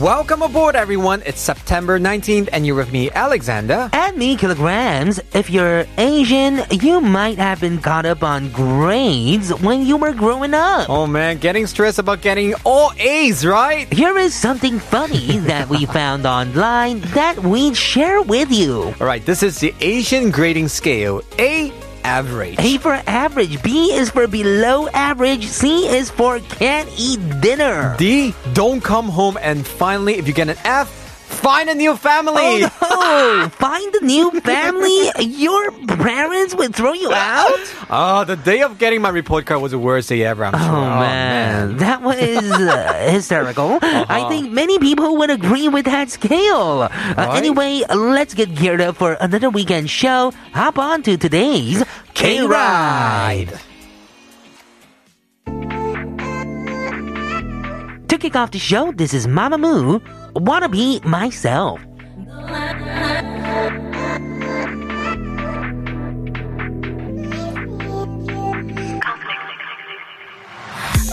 Welcome aboard, everyone. It's September 19th, and you're with me, Alexander. And me, kilograms. If you're Asian, you might have been caught up on grades when you were growing up. Oh man, getting stressed about getting all A's, right? Here is something funny that we found online that we'd share with you. All right, this is the Asian grading scale A, average. A for average, B is for below average, C is for can't eat dinner. D, don't come home. And finally, if you get an F, find a new family. Oh, find a new family? Your parents would throw you out? Ah, the day of getting my report card was the worst day ever, I'm sure. Oh, man. Uh-huh. that was uh, hysterical. I think many people would agree with that scale. Uh, Right. Anyway, let's get geared up for another weekend show. Hop on to today's K Ride. To kick off the show, this is Mama Moo. Wanna be myself.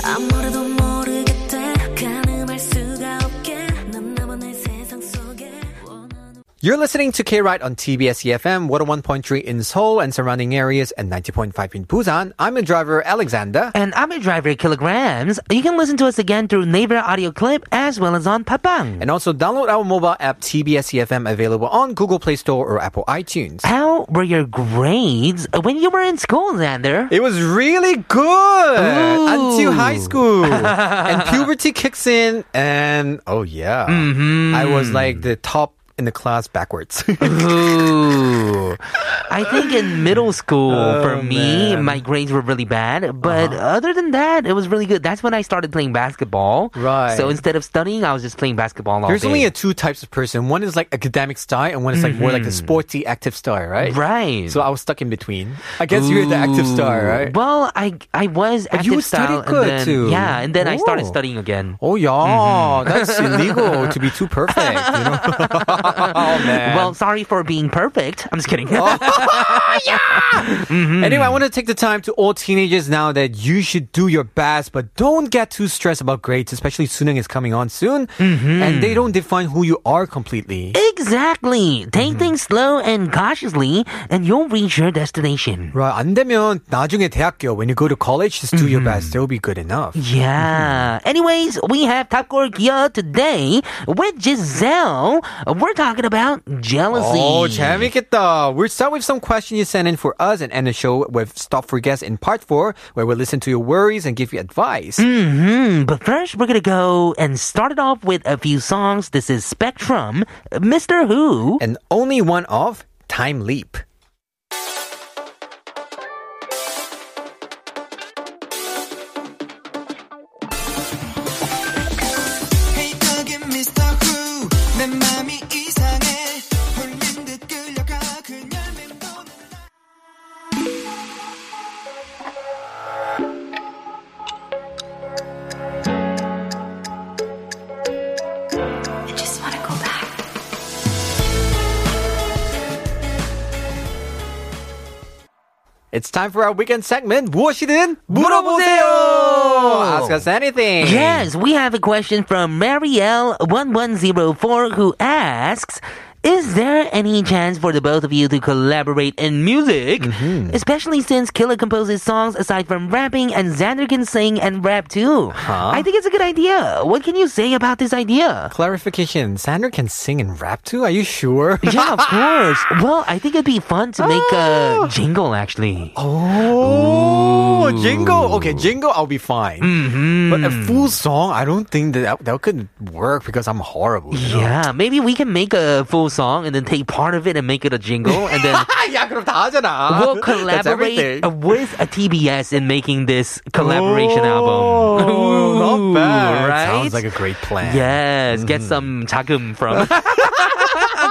아무래도 모르게 돼 가늠할 수가 없게 넌 나와 내 세상 속에 원하는 You're listening to K Ride on TBS EFM 101.3 in Seoul and surrounding areas and 90.5 in Busan. I'm your driver, Alexander. And I'm your driver, Kilograms. You can listen to us again through Naver Audio Clip as well as on Papang. And also download our mobile app TBS EFM E available on Google Play Store or Apple iTunes. How were your grades when you were in school, Xander? It was really good Ooh. until high school. and puberty kicks in and oh yeah. Mm-hmm. I was like the top in the class backwards. Ooh. I think in middle school, Oh, for me, my grades were really bad. But Uh-huh. other than that, it was really good. That's when I started playing basketball. Right. So instead of studying, I was just playing basketball all There's day. only a two types of person. One is like academic style and one is like more like the sporty active style, right? Mm-hmm. right. So I was stuck in between. I guess you're the active star, Ooh. right? Well, I I was But active you style, studied good and then, too. Yeah, and then I started Oh. studying again. Oh yeah, Mm-hmm. that's illegal to be too perfect. You know? oh man. Oh. Well, sorry for being perfect. I'm just kidding. Anyway, I want to take the time to all teenagers now that you should do your best, but don't get too stressed about grades, especially Sunung is coming on soon, and they don't define who you are completely. exactly. Mm-hmm. Take things slow and cautiously, and you'll reach your destination. Right, 안 되면 나중에 대학교, when you go to college, just do your best. They'll be good enough. Yeah. Anyways, we have Top Core Kia today with Giselle. We're talking about jealousy. Oh, 재밌겠다. We'll start with some questions you sent in for us and end the show with Stop for Guess in part 4, where we'll listen to your worries and give you advice. hmm But first, we're gonna go and start it off with a few songs. This is Spectrum, Mr. Who. And only one of Time Leap. Hey, again, Mr. Who. 내 맘이 이상해. 홀린 듯 끌려가. 그냥 맴도는. I just wanna go back It's time for our weekend segment. 무엇이든 물어보세요. 물어보세요. Ask us anything. Yes, we have a question from Marielle1104 who asks, is there any chance for the both of you to collaborate in music? Especially since Killer composes songs aside from rapping and Xander can sing and rap too. I think it's a good idea. What can you say about this idea? Clarification: Sandra can sing and rap too. Are you sure? Yeah, of course. Well, I think it'd be fun to make a jingle actually. Oh, jingle. Okay, jingle. I'll be fine. Mm-hmm. But a full song, I don't think that that could work because I'm horrible. you know? Yeah, maybe we can make a full song and then take part of it and make it a jingle and then 야, Ah, 그럼 다 하잖아. we'll That's collaborate everything. uh, with a TBS in making this collaboration album. Oh, Ooh, not bad. Right? Sounds like a great plan. yes. Get some 자금 from to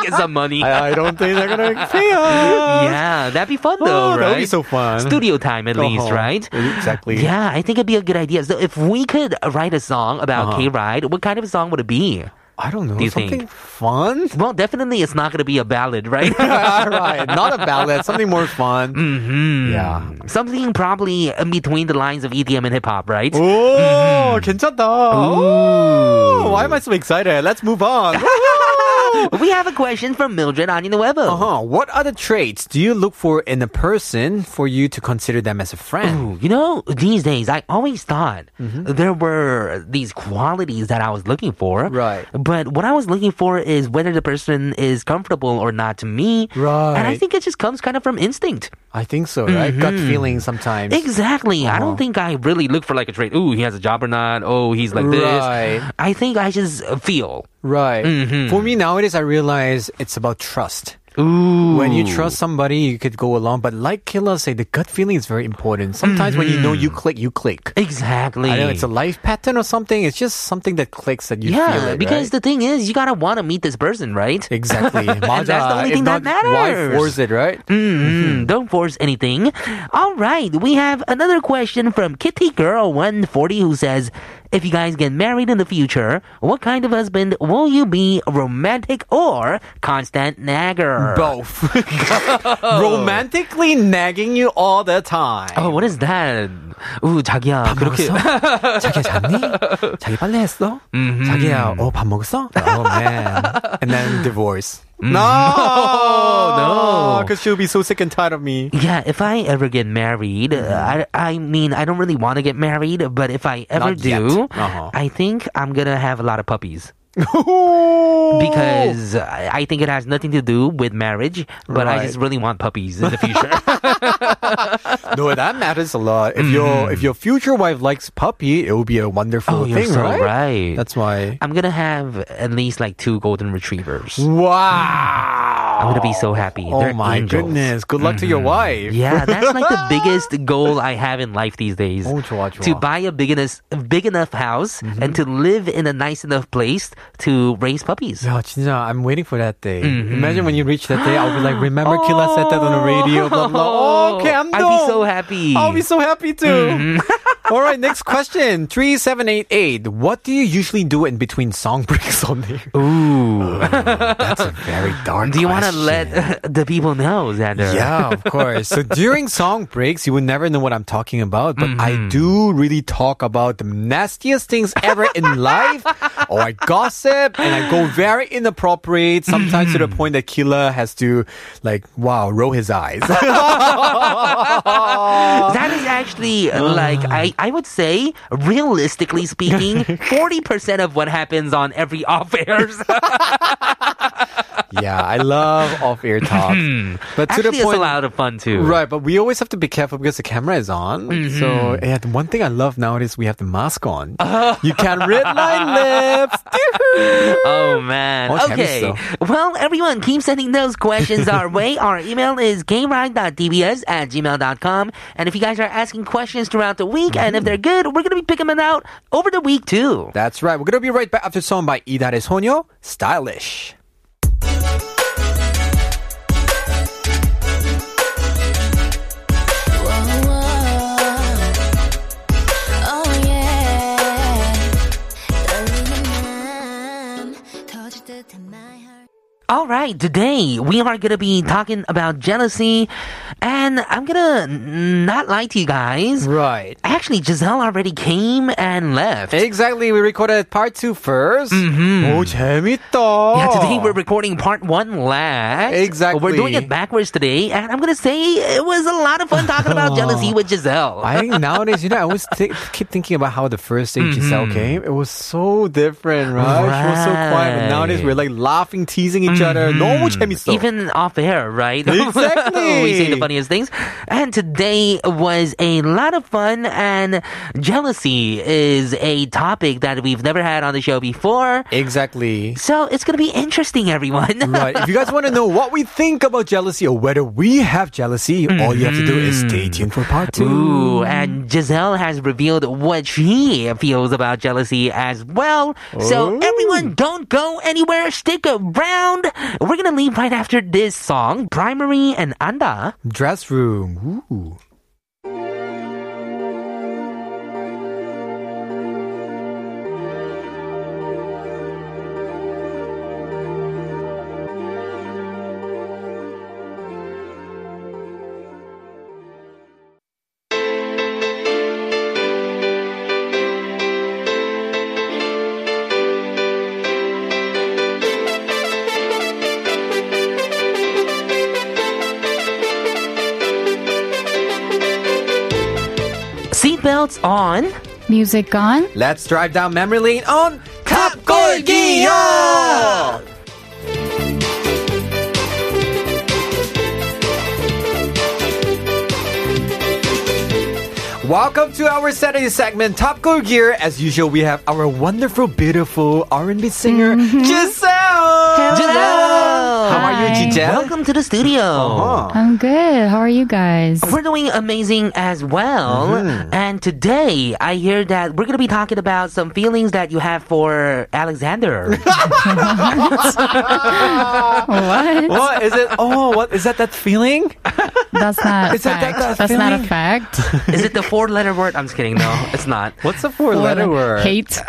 get some money. I, I don't think they're gonna pay us. yeah, that'd be fun though, Oh, right? that would be so fun. Studio time at least, Uh-huh. right? Exactly. Yeah, I think it'd be a good idea. So if we could write a song about Uh-huh. K-Ride, what kind of song would it be? I don't know. Do you something think? fun? Well, definitely it's not going to be a ballad, right? All right, not a ballad. Something more fun. Mm. Mm-hmm. Yeah. Something probably in between the lines of EDM and hip hop, right? Oh, Mm-hmm. 괜찮다. Ooh. Why am I so excited? Let's move on. We have a question from Mildred on the web. Uh-huh. What other traits do you look for in a person for you to consider them as a friend? Ooh, You know, these days I always thought Mm-hmm. there were these qualities that I was looking for. Right. But what I was looking for is whether the person is comfortable or not to me. And I Right. think it just comes kind of from instinct. I think so, right? Gut Mm-hmm. feeling sometimes. Exactly. I Uh-huh. don't think I really look for like a trait. Ooh, he has a job or not. Oh, he's like Right. this. I think I just uh, feel. Right. Mm-hmm. For me nowadays, I realize it's about trust. Ooh. When you trust somebody, you could go along. But like Killa say, the gut feeling is very important. Sometimes when you know Mm-hmm. you click, you click. Exactly. I know it's a life pattern or something. It's just something that clicks that you feel. yeah, it, because right? the thing is, you gotta want to meet this person, right? exactly. that's the 맞아. only If thing that not, Why matters. force it, right? Mm, don't force anything. All right, we have another question from Kitty Girl 140 who says, "If you guys get married in the future, what kind of husband will you be? Romantic or constant nagger?" Both. Oh. Romantically nagging you all the time. Oh, what is that? Ooh, 자기야. 그렇게 먹었어? 자기야 잤니? 자기 빨래 했어? 자기야 어밥 먹었어? Oh man. And then divorce. No, no. Because she'll be so sick and tired of me. Yeah, if I ever get married, Hmm. uh, I, I mean, I don't really want to get married, but if I ever Not yet. do, Uh-huh. I think I'm going to have a lot of puppies. because because I I think it has nothing to do with marriage, but I Right. just really want puppies in the future. no, that matters a lot. If your if your future wife likes puppy, it will be a wonderful Mm-hmm. oh, thing, you're so right. That's why. I'm gonna have at least like two golden retrievers. Mm. Wow. I'm gonna be so happy. Oh They're my angels. Mm-hmm. goodness! Good luck to your wife. Yeah, that's like the biggest goal I have in life these days. Oh, 좋아, 좋아. To buy a big enough, big enough house Mm-hmm. and to live in a nice enough place to raise puppies. Yeah, 진짜, Oh, I'm waiting for that day. Mm-hmm. Imagine when you reach that day, I'll be like, remember Killa said that on the radio, blah, blah. Okay, I'm I'll Oh. be so happy. Mm-hmm. I'll be so happy too. All right, next question. 3788. What do you usually do in between song breaks on there? Ooh. That's a very dark Do you want to question. let the people know, Xander? Yeah, of course. So during song breaks, you would never know what I'm talking about, but Mm-hmm. I do really talk about the nastiest things ever in life. Or I gossip and I go very inappropriate, sometimes to Mm-hmm. the point that Killer has to, like, wow, roll his eyes. That is actually uh, like I, I would say, realistically speaking, forty percent of what happens on every off airs. yeah, I love off air talk. But to Mm-hmm. actually, the it's a point. lot of fun too. Right, but we always have to be careful because the camera is on. Mm-hmm. So, yeah, the one thing I love nowadays, we have the mask on. you can read my lips. Oh man. Oh, okay. 재밌어. Well, everyone, keep sending those questions our way. Our email is gameride.dbs at gmail.com. And if you guys are asking questions throughout the week, and Mm-hmm. if they're good, we're gonna be picking them out over the week too. That's right. We're going to be right back after song by Idares Honyo, Stylish. Oh yeah 떨리는 맘 터질 듯한 my heart All right, today we are gonna be talking about jealousy, and I'm gonna n- not lie to you guys. Right. Actually, Giselle already came and left. Exactly. We recorded part two first. Oh, 재밌다. Mm-hmm. Yeah, today we're recording part one last. Exactly. We're doing it backwards today, and I'm gonna say it was a lot of fun talking about jealousy with Giselle. I think nowadays, you know, I always thi- keep thinking about how the first day Mm-hmm. Giselle came. It was so different, right? She was so quiet. But nowadays, we're like laughing, teasing each other. 너무 재밌어. Mm-hmm. Even off air, right? Exactly. we say the funniest things. And today was a lot of fun, and jealousy is a topic that we've never had on the show before. exactly. So it's gonna be interesting, everyone. Right. If you guys want to know what we think about jealousy or whether we have jealousy, all you have to do is stay tuned for part two. Mm. Ooh, and Giselle has revealed what she feels about jealousy as well. So Ooh. everyone, don't go anywhere. Stick around. We're gonna leave right after this song, Primary and Anda. Dress room. Ooh. Seatbelts on. Music on. Let's drive down memory lane on Top Welcome to our Saturday segment, Top Goal Gear. As usual, we have our wonderful, beautiful R&B singer, Giselle. Mm-hmm. Hello. How are Hi. you, Giselle? Welcome to the studio. Uh-huh. I'm good. How are you guys? We're doing amazing as well. And today, I hear that we're going to be talking about some feelings that you have for Alexander. What? What is it? Oh, what is that? That feeling? That's not a Is that fact. that- that That's not a feeling? fact. Is it the four letter word? I'm just kidding. No, it's not. What's a four-letter word? Hate. Ah!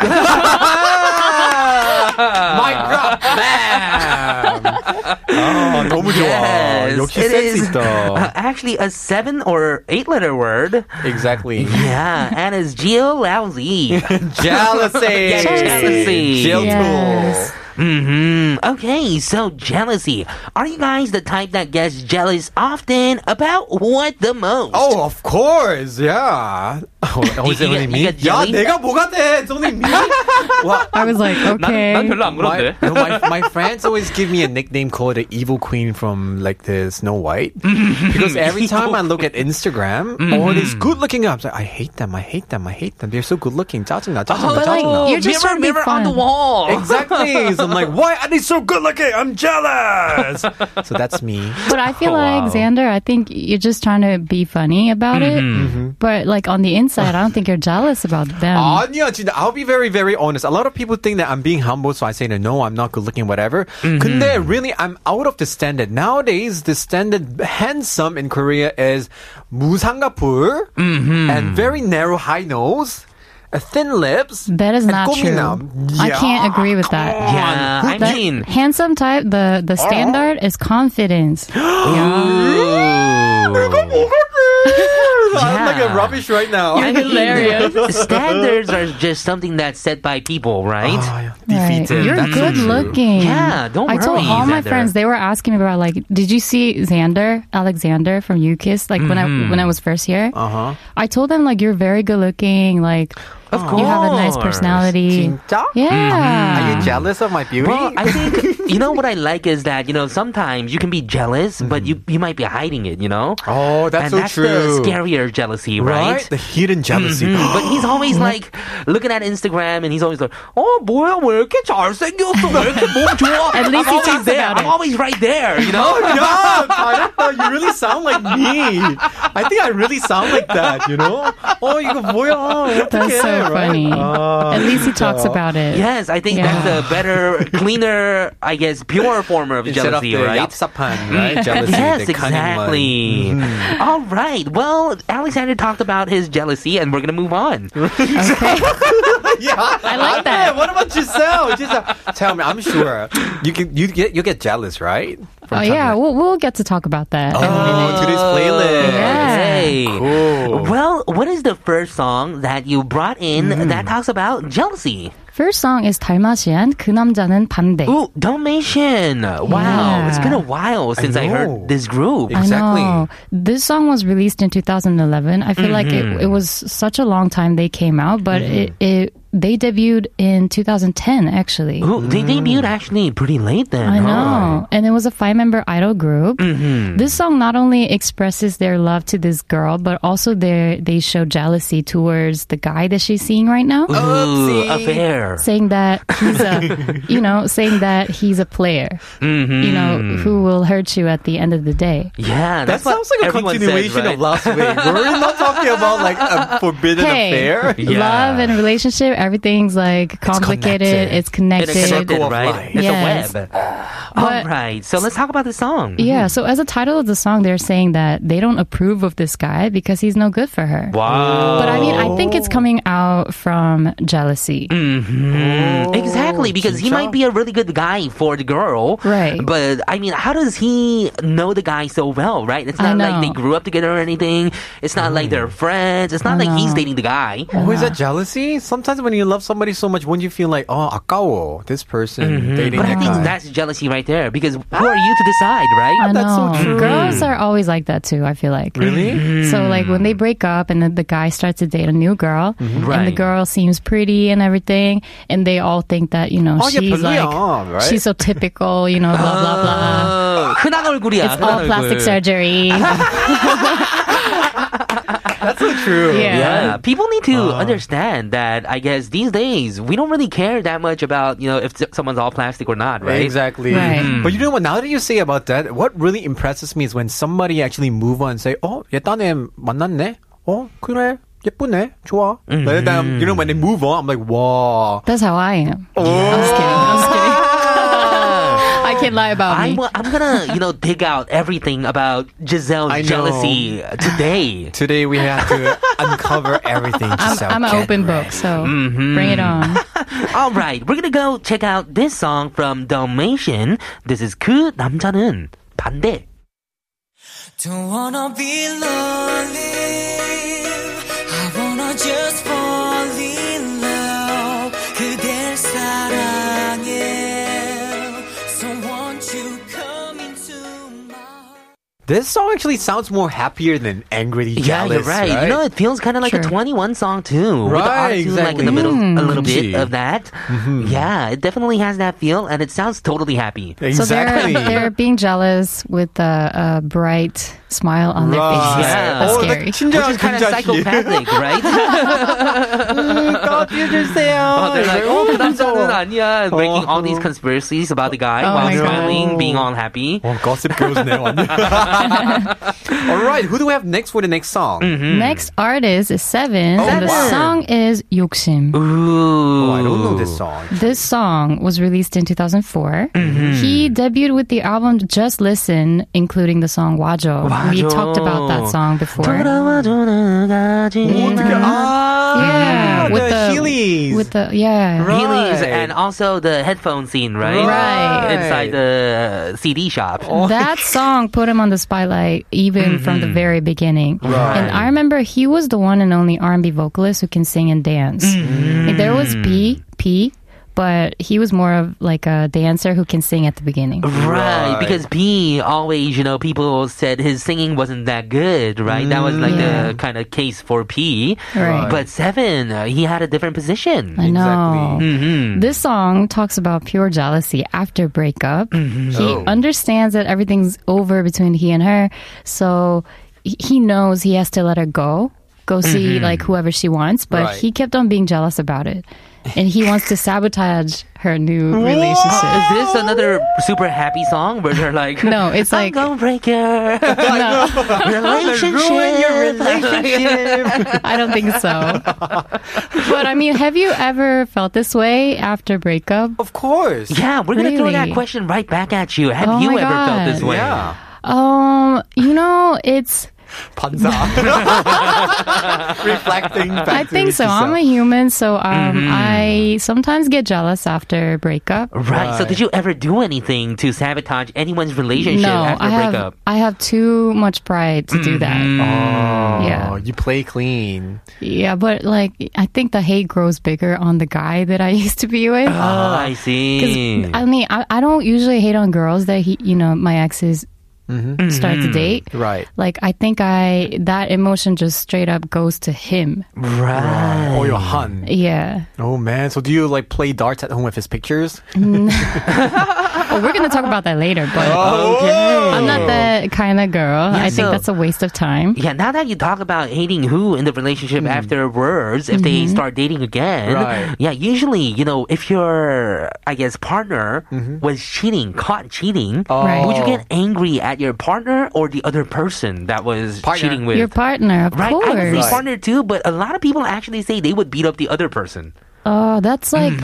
My God, 아, Oh, 너무 좋아. Yes, 역시 it is 섹스 있다. uh, actually a seven or eight letter word. Exactly. Yeah, and it's geo lousy. Jealousy. Yeah, jealousy. Jail Yes. hmm Okay, so jealousy. Are you guys the type that gets jealous often about what the most? Oh, of course. Yeah. Oh, oh is it You only get- me? you get 야, jelly? 내가 뭐가 돼? It's only me. Well, I was like, okay. my, no, my, my friends always give me a nickname called the evil queen from like the Snow White because every time I look at Instagram, all these good-looking guys, I hate them. I hate them. I hate them. They're so good-looking. 짜증나, 짜증나, but, Oh, like, 짜증나. You're mirror, just trying to be mirror on the fun. wall. Exactly. So I'm like, why are they so good looking? I'm jealous. so that's me. But I Oh, feel like Xander, I think you're just trying to be funny about Mm-hmm. it. But like on the inside, I don't think you're jealous about them. 아니야, 진짜. I'll be very, very honest. A lot of people think that I'm being humble, so I say that no, I'm not good looking, whatever. Mm-hmm. 근데 really, I'm out of the standard. Nowadays, the standard handsome in Korea is 무상가풀 Mm-hmm. and very narrow high nose, uh, thin lips. that is and not true. 꼬미남. I Yeah. can't agree with that. Yeah, I That mean, handsome type, the the standard is confidence. I'm like a Yeah. rubbish right now. I mean, hilarious. Standards are just something that's set by people, right? Ah, Right. defeated. You're That's so good true. looking. Yeah, don't I told worry, all my Xander. friends they were asking me about like, did you see Xander Alexander from UKIS? Like when I Mm-hmm. when I was first here, Uh-huh. I told them like you're very good looking. Like of course. Mm-hmm. you have a nice personality. 진짜? Are Yeah. you jealous of my beauty? Well, I think you know what I like is that you know sometimes you can be jealous, but you you might be hiding it. You know. Mm-hmm. Oh, that's and so that's true. the scarier jealousy, right? right? The hidden jealousy. Mm-hmm. Mm, but he's always like looking at Instagram, and he's always like, "Oh boy, 왜 이렇게 잘생겼어? 왜 이렇게 몸 좋아?" At I'm least he always talks there. I'm about it. always right there. You know. yeah, 잘했다. You really sound like me. I think I really sound like that, you know? Oh, 이거 뭐야. That's so funny. Ah. Oh, At least he talks about it. Yes, I think Yeah. that's a better, cleaner, I guess, pure form of Instead jealousy, of the right? Mm. 얍삽한, right? Jealousy, Yes, the cunning one. exactly. Mm-hmm. All right. Well, Alexander talked about his jealousy, and we're gonna move on. Yeah, I like that. What about Giselle? Giselle, tell me. I'm sure you can. You get you get jealous, right? From Oh time to- yeah, we'll we'll get to talk about that. Oh, today's playlist. Yeah. Hey. Cool. Well, what is the first song that you brought in Mm. that talks about jealousy? First song is 달마시안 그 남자는 반대. Ooh, Dalmatian. Wow, Yeah. it's been a while since I, know. heard this group. I Exactly. know. This song was released in 2011. I feel like it, it was such a long time they came out, but it, it they debuted in 2010 actually. Ooh, they debuted actually pretty late then. Mm. I huh? know. And it was a five member idol group. This song not only expresses their love to this girl, but also their, they show jealousy towards the guy that she's seeing right now. Ooh, Oopsie. affair. player. saying that he's a, you know, saying that he's a player, you know, who will hurt you at the end of the day. Yeah, That that's what sounds like a everyone says, continuation of right? last week. We're not talking about like a forbidden affair. Yeah. love and relationship, everything's like complicated. connected. It's It's connected. a circle, Circle of life. right? It's Yes. a web. All But- right, so let's talk about the song. yeah, so as a title of the song, they're saying that they don't approve of this guy because he's no good for her. Wow. But I mean, I think it's coming out from jealousy. Mm. Exactly, because he might be a really good guy for the girl. Right. But I mean, how does he know the guy so well, right? It's not I like they know. grew up together or anything. It's not like they're friends. It's not like he's dating the guy. Oh, is that jealousy? Sometimes when you love somebody so much, wouldn't you feel like, oh, 아까워, this person Mm-hmm. dating But I that think guy? that's jealousy right there because who are you to decide, I right? that's so know. true. Girls are always like that too, I feel like. Really? So, like, when they break up and then the guy starts to date a new girl, and the Right. girl seems pretty and everything, and they all think that, you know, Oh, yeah, she's but like, yeah, right? she's so typical, you know, blah, blah, blah. Uh, 흔한 얼굴이야, It's 흔한 all plastic 얼굴. surgery. yeah. That's so true. Yeah, people need to understand that. I guess these days we don't really care that much about you know if s- someone's all plastic or not, right? Mm-hmm. Exactly. Right. Mm. But you know what? Now that you say about that, what really impresses me is when somebody actually move on and say, "Oh, 옛날에 만났네. 어, Oh, 그래. 예쁘네. 좋아." Mm-hmm. Like that, you know, when they move on, I'm like, "Wow." That's how I am. Oh. I'm just kidding. I'm just kidding. I can't lie about I'm, me. I'm gonna you know dig out everything about Giselle's I know. jealousy today. Today we have to uncover everything. I'm, Giselle. I'm an open book, so Mm-hmm. bring it on. all right, we're gonna go check out this song from Dalmatian. This is 그 남자는 반대. Don't wanna be lonely. I wanna just fall in love. 그댈 사랑해. So won't you come into my heart? This song actually sounds more happier than angrily Yeah, jealous. you're right. You know, it feels kind of like a Sure. 21 song too, with the Right, auto-tune, like in exactly. the middle, a little bit Mm. of that. Yeah, it definitely has that feel, and it sounds totally happy. Exactly. So they're, they're being jealous with a, a bright smile on their Right. faces. Yeah. That's Oh, that scary. 친절한 Which is kind of 금자씨. psychopathic, right? Oh, they're like, oh, 그 남자는 아니야. Breaking all these conspiracies about the guy Oh while my God. smiling, being all happy. Oh, gossip girls now. All right, who do we have next for the next song? Next artist is Seven, and the Seven. song is 욕심. Oh, Ooh. Oh, I don't know this song. This song was released in 2004. Mm-hmm. He debuted with the album Just Listen, including the song Wajo. We 와줘. talked about that song before. 돌아와주는 가지만. Ah, Yeah, with the the- Heelys. With the yeah, Right. Heelys and also the headphone scene, right? Right. Inside the CD shop. that song put him on the spotlight even from the very beginning. And I remember he was the one and only R&B vocalist who can sing and dance. And There was P P, but he was more of like a dancer who can sing at the beginning. Right, Right. because P always, you know, people said his singing wasn't that good, right? That was like the kind of case for P. Mm, Right. But Seven, uh, he had a different position. I know. Exactly. This song talks about pure jealousy after breakup. He Oh. understands that everything's over between he and her, so he- he knows he has to let her go, go see like whoever she wants. But Right. he kept on being jealous about it, and he wants to sabotage her new relationship. Is this another super happy song where they're like, No, it's like I'm gonna break your relationship. Ruin your relationship. I don't think so. but I mean, have you ever felt this way after breakup? of course. yeah, we're gonna throw that Really? question right back at you. Have Oh you my ever felt this God. way? Yeah. Um, you know, it's 반사. Reflecting back I to think so. I'm a yourself. human, so um, I sometimes get jealous after breakup. Right. So, did you ever do anything to sabotage anyone's relationship No, after I have breakup? I have too much pride to do that. Oh, Yeah, you play clean. yeah, but like I think the hate grows bigger on the guy that I used to be with. Uh, Oh, I 'Cause, see. I mean, I, I don't usually hate on girls that he, you know, my exes start the date. Right. Like I think I that emotion just straight up goes to him. Mm. Right. Oh, your hun. Yeah. Oh man. So do you like play darts at home with his pictures? Oh, we're gonna talk about that later, but Oh, I'm not that kind of girl. Yeah, I think so- that's a waste of time. Yeah, now that you talk about hating who in the relationship afterwards, if they start dating again, Mm. Mm-hmm. Right. yeah, usually, you know, if your, I guess, partner Mm-hmm. was cheating, caught cheating, Oh. Right. would you get angry at your partner or the other person that was Partner. cheating with? Your partner, of right, I would course. say partner too, but a lot of people actually say they would beat up the other person. Oh, that's like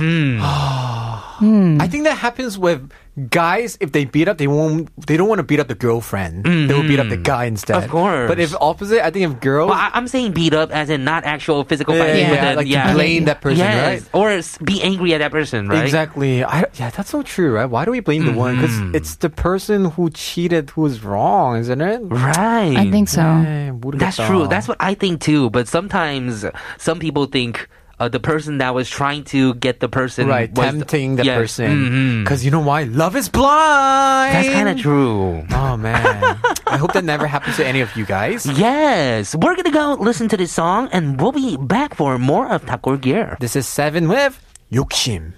Mm-hmm. I think that happens with guys if they beat up they won't they don't want to beat up the girlfriend. They will beat up the guy instead. Mm. Of course. But if opposite, I think if girls Well, I, I'm saying beat up as in not actual physical yeah, fighting, yeah, but yeah, then, like yeah. to blame that person, yes, right? or s- be angry at that person, right? Exactly. I, yeah, that's so true, right? Why do we blame the one? Because Mm-hmm. it's the person who cheated who's wrong, isn't it? Right. I think so. 네, That's 모르겠다. true. That's what I think too. But sometimes some people think uh, the person that was trying to get the person right. was Tempting that yes. person. Mhm. Because you know why? Love is blind. That's kind of true. Oh man. I hope that never happens to any of you guys. Yes, we're gonna go listen to this song, and we'll be back for more of Tapcore Gear. This is seven with 욕심.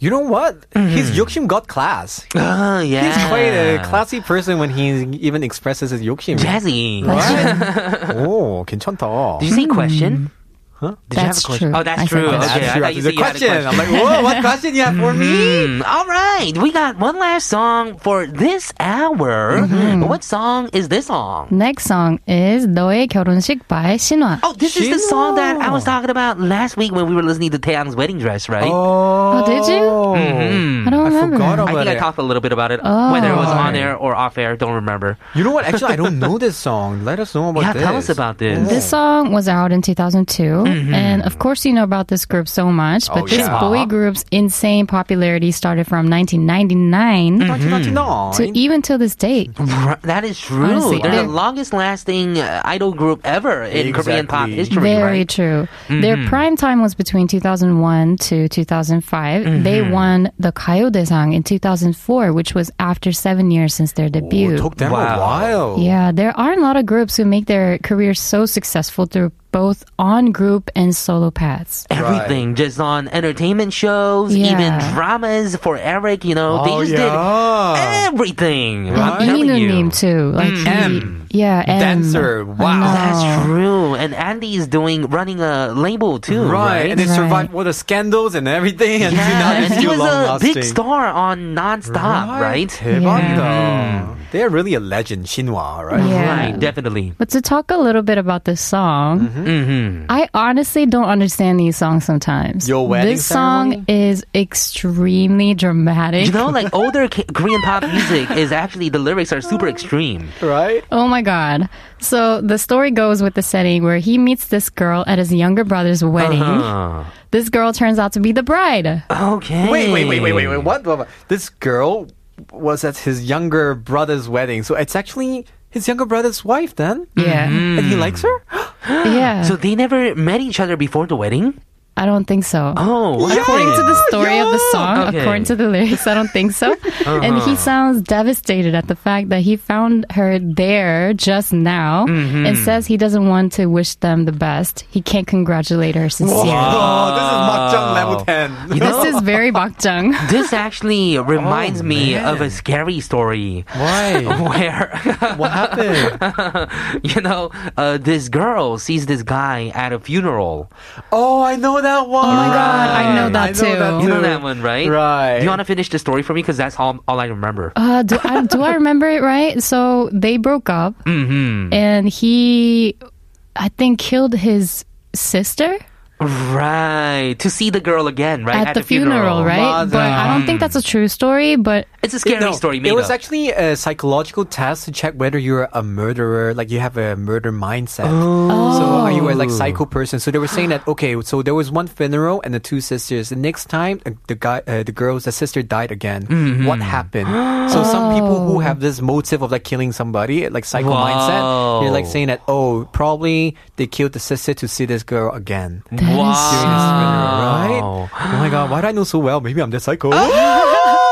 You know what? His Yokim got class. Oh yeah, He's quite a classy person when he even expresses his Yokim. Jazzy. oh, 괜찮다. Did you say question? Mm-hmm. Huh? Did That's you have a question? true. Oh, that's I said true. question. Okay, That's I true. thought you That's a said you had a question. I'm like, whoa, what question you have for me? Mm, all right, we got one last song for this hour. Mm-hmm. What song is this song? Next song is 너의 결혼식 by 신화. Oh, this is the Shinwo. song that I was talking about last week when we were listening to Taeyang's wedding dress, right? Oh, Oh, did you? Mm-hmm. I don't I remember. forgot I about I think I it. talked a little bit about it, Oh. whether it was on Right. air or off air. Don't remember. you know what? Actually, I don't know this song. Let us know about yeah, this. tell us about this. This song was out in 2002, Mm-hmm. and of course you know about this group so much, but Oh, this yeah. boy group's insane popularity started from 1999 Mm. Mm-hmm. to 1999. even till this date. Right, That is true. Honestly, They're the I- longest lasting uh, idol group ever in Korean pop Exactly. history. Very right? true. Their prime time was between 2001 to 2005. They won the Kayo Desang in 2004, which was after seven years since their Ooh, debut. Oh, took them a Wow. while. Yeah, there are a lot of groups who make their careers so successful through both on group and solo paths. Everything just on entertainment shows, Yeah. even dramas for Eric. You know, they Oh, just yeah. did everything. I'm And telling you. name too. Like M. He, yeah, M. Dancer. Wow. Oh. That's true. And Andy is doing running a label too. Right. And they Right. survived all the scandals and everything. And now Yeah, they're and he still was a long-lasting. big star on Nonstop, right? 대박이다. They're really a legend, Shinwa, right? Yeah. Right, definitely. But to talk a little bit about this song, Mm-hmm. Mm-hmm. I honestly don't understand these songs sometimes. Your wedding this song is extremely dramatic. You know, like older K- Korean pop music is actually the lyrics are super extreme. Right? Oh my god. So the story goes with the setting where he meets this girl at his younger brother's wedding. Uh, This girl turns out to be the bride. okay. Wait, wait, wait, wait, wait, wait. What? what- what? This girl was at his younger brother's wedding. So it's actually his younger brother's wife then? Yeah. And he likes her? Mm-hmm. Yeah. So they never met each other before the wedding? I don't think so. Oh, what? According to the story of the song, Okay. according to the lyrics, I don't think so. And he sounds devastated at the fact that he found her there just now and says he doesn't want to wish them the best. He can't congratulate her sincerely. Oh, this is 막장 level 10. This is very bakjang. This actually reminds Oh, me of a scary story Why? where what happened? you know, uh, this girl sees this guy at a funeral. Oh, I know that one. my God, I know that too. You know that one, right? Right. Do you want to finish the story for me? Because that's all, all I remember. Uh, do, I, do I remember it right? So they broke up, and he, I think, killed his sister. Right. To see the girl again, right? at, the, funeral, right? But I Mother. don't think that's a true story, but It's a scary No, story, It made was up. actually a psychological test to check whether you're a murderer, like you have a murder mindset. So are you a like Oh. psycho person? So they were saying that okay, so there was one funeral and the two sisters. The next time uh, the guy, uh, the girl's, the sister died again. Mm-hmm. What happened? so some people who have this motive of like killing somebody, like psycho mindset, they're like saying that oh, probably they killed the sister to see this girl again. that is During this funeral, right? Wow. Oh my god, why do I know so well? Maybe I'm the psycho. Oh!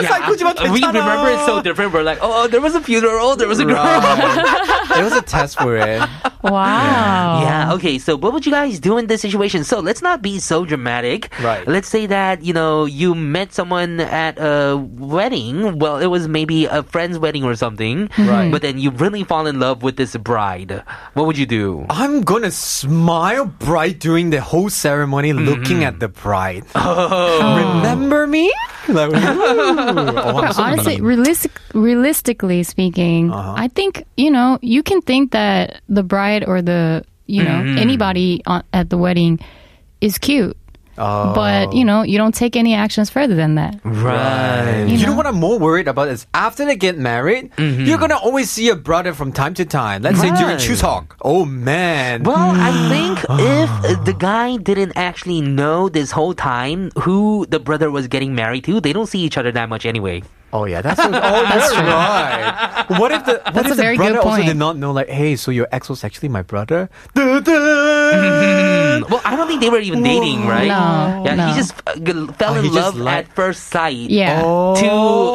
yeah, we remember it so different. We're like, oh, oh, there was a funeral, there was a girl. Right. there was a test for it. wow. Yeah, okay, so what would you guys do in this situation? So let's not be so dramatic. Right. Let's say that, you know, you met someone at a wedding. Well, it was maybe a friend's wedding or something. Right. But then you really fall in love with this bride. What would you do? I'm gonna smile bright during the whole ceremony, Mm-hmm. looking at the bride. Oh. Remember me? Like, ooh. Oh, I'm But so honestly, mean. realistic, realistically speaking, Uh-huh. I think you know you can think that the bride or the you know Mm-hmm. anybody on, at the wedding is cute, Oh. but you know you don't take any actions further than that. Right. You, You know know? what I'm more worried about is after they get married, you're gonna always see a brother from time to time. Let's say during Mm-hmm. Chuseok. Right. Oh man. Well, I think if the guy didn't actually know this whole time who the brother was getting married to, they don't see each other that much anyway. Oh yeah, that's oh that's right. What if the what That's if a the very good brother also point. did not know? Like, hey, so your ex was actually my brother. Da-da! Well, I don't think they were even dating, right? No, yeah, he no. just uh, g- fell Oh, he in just love liked- at first sight. Yeah. Oh.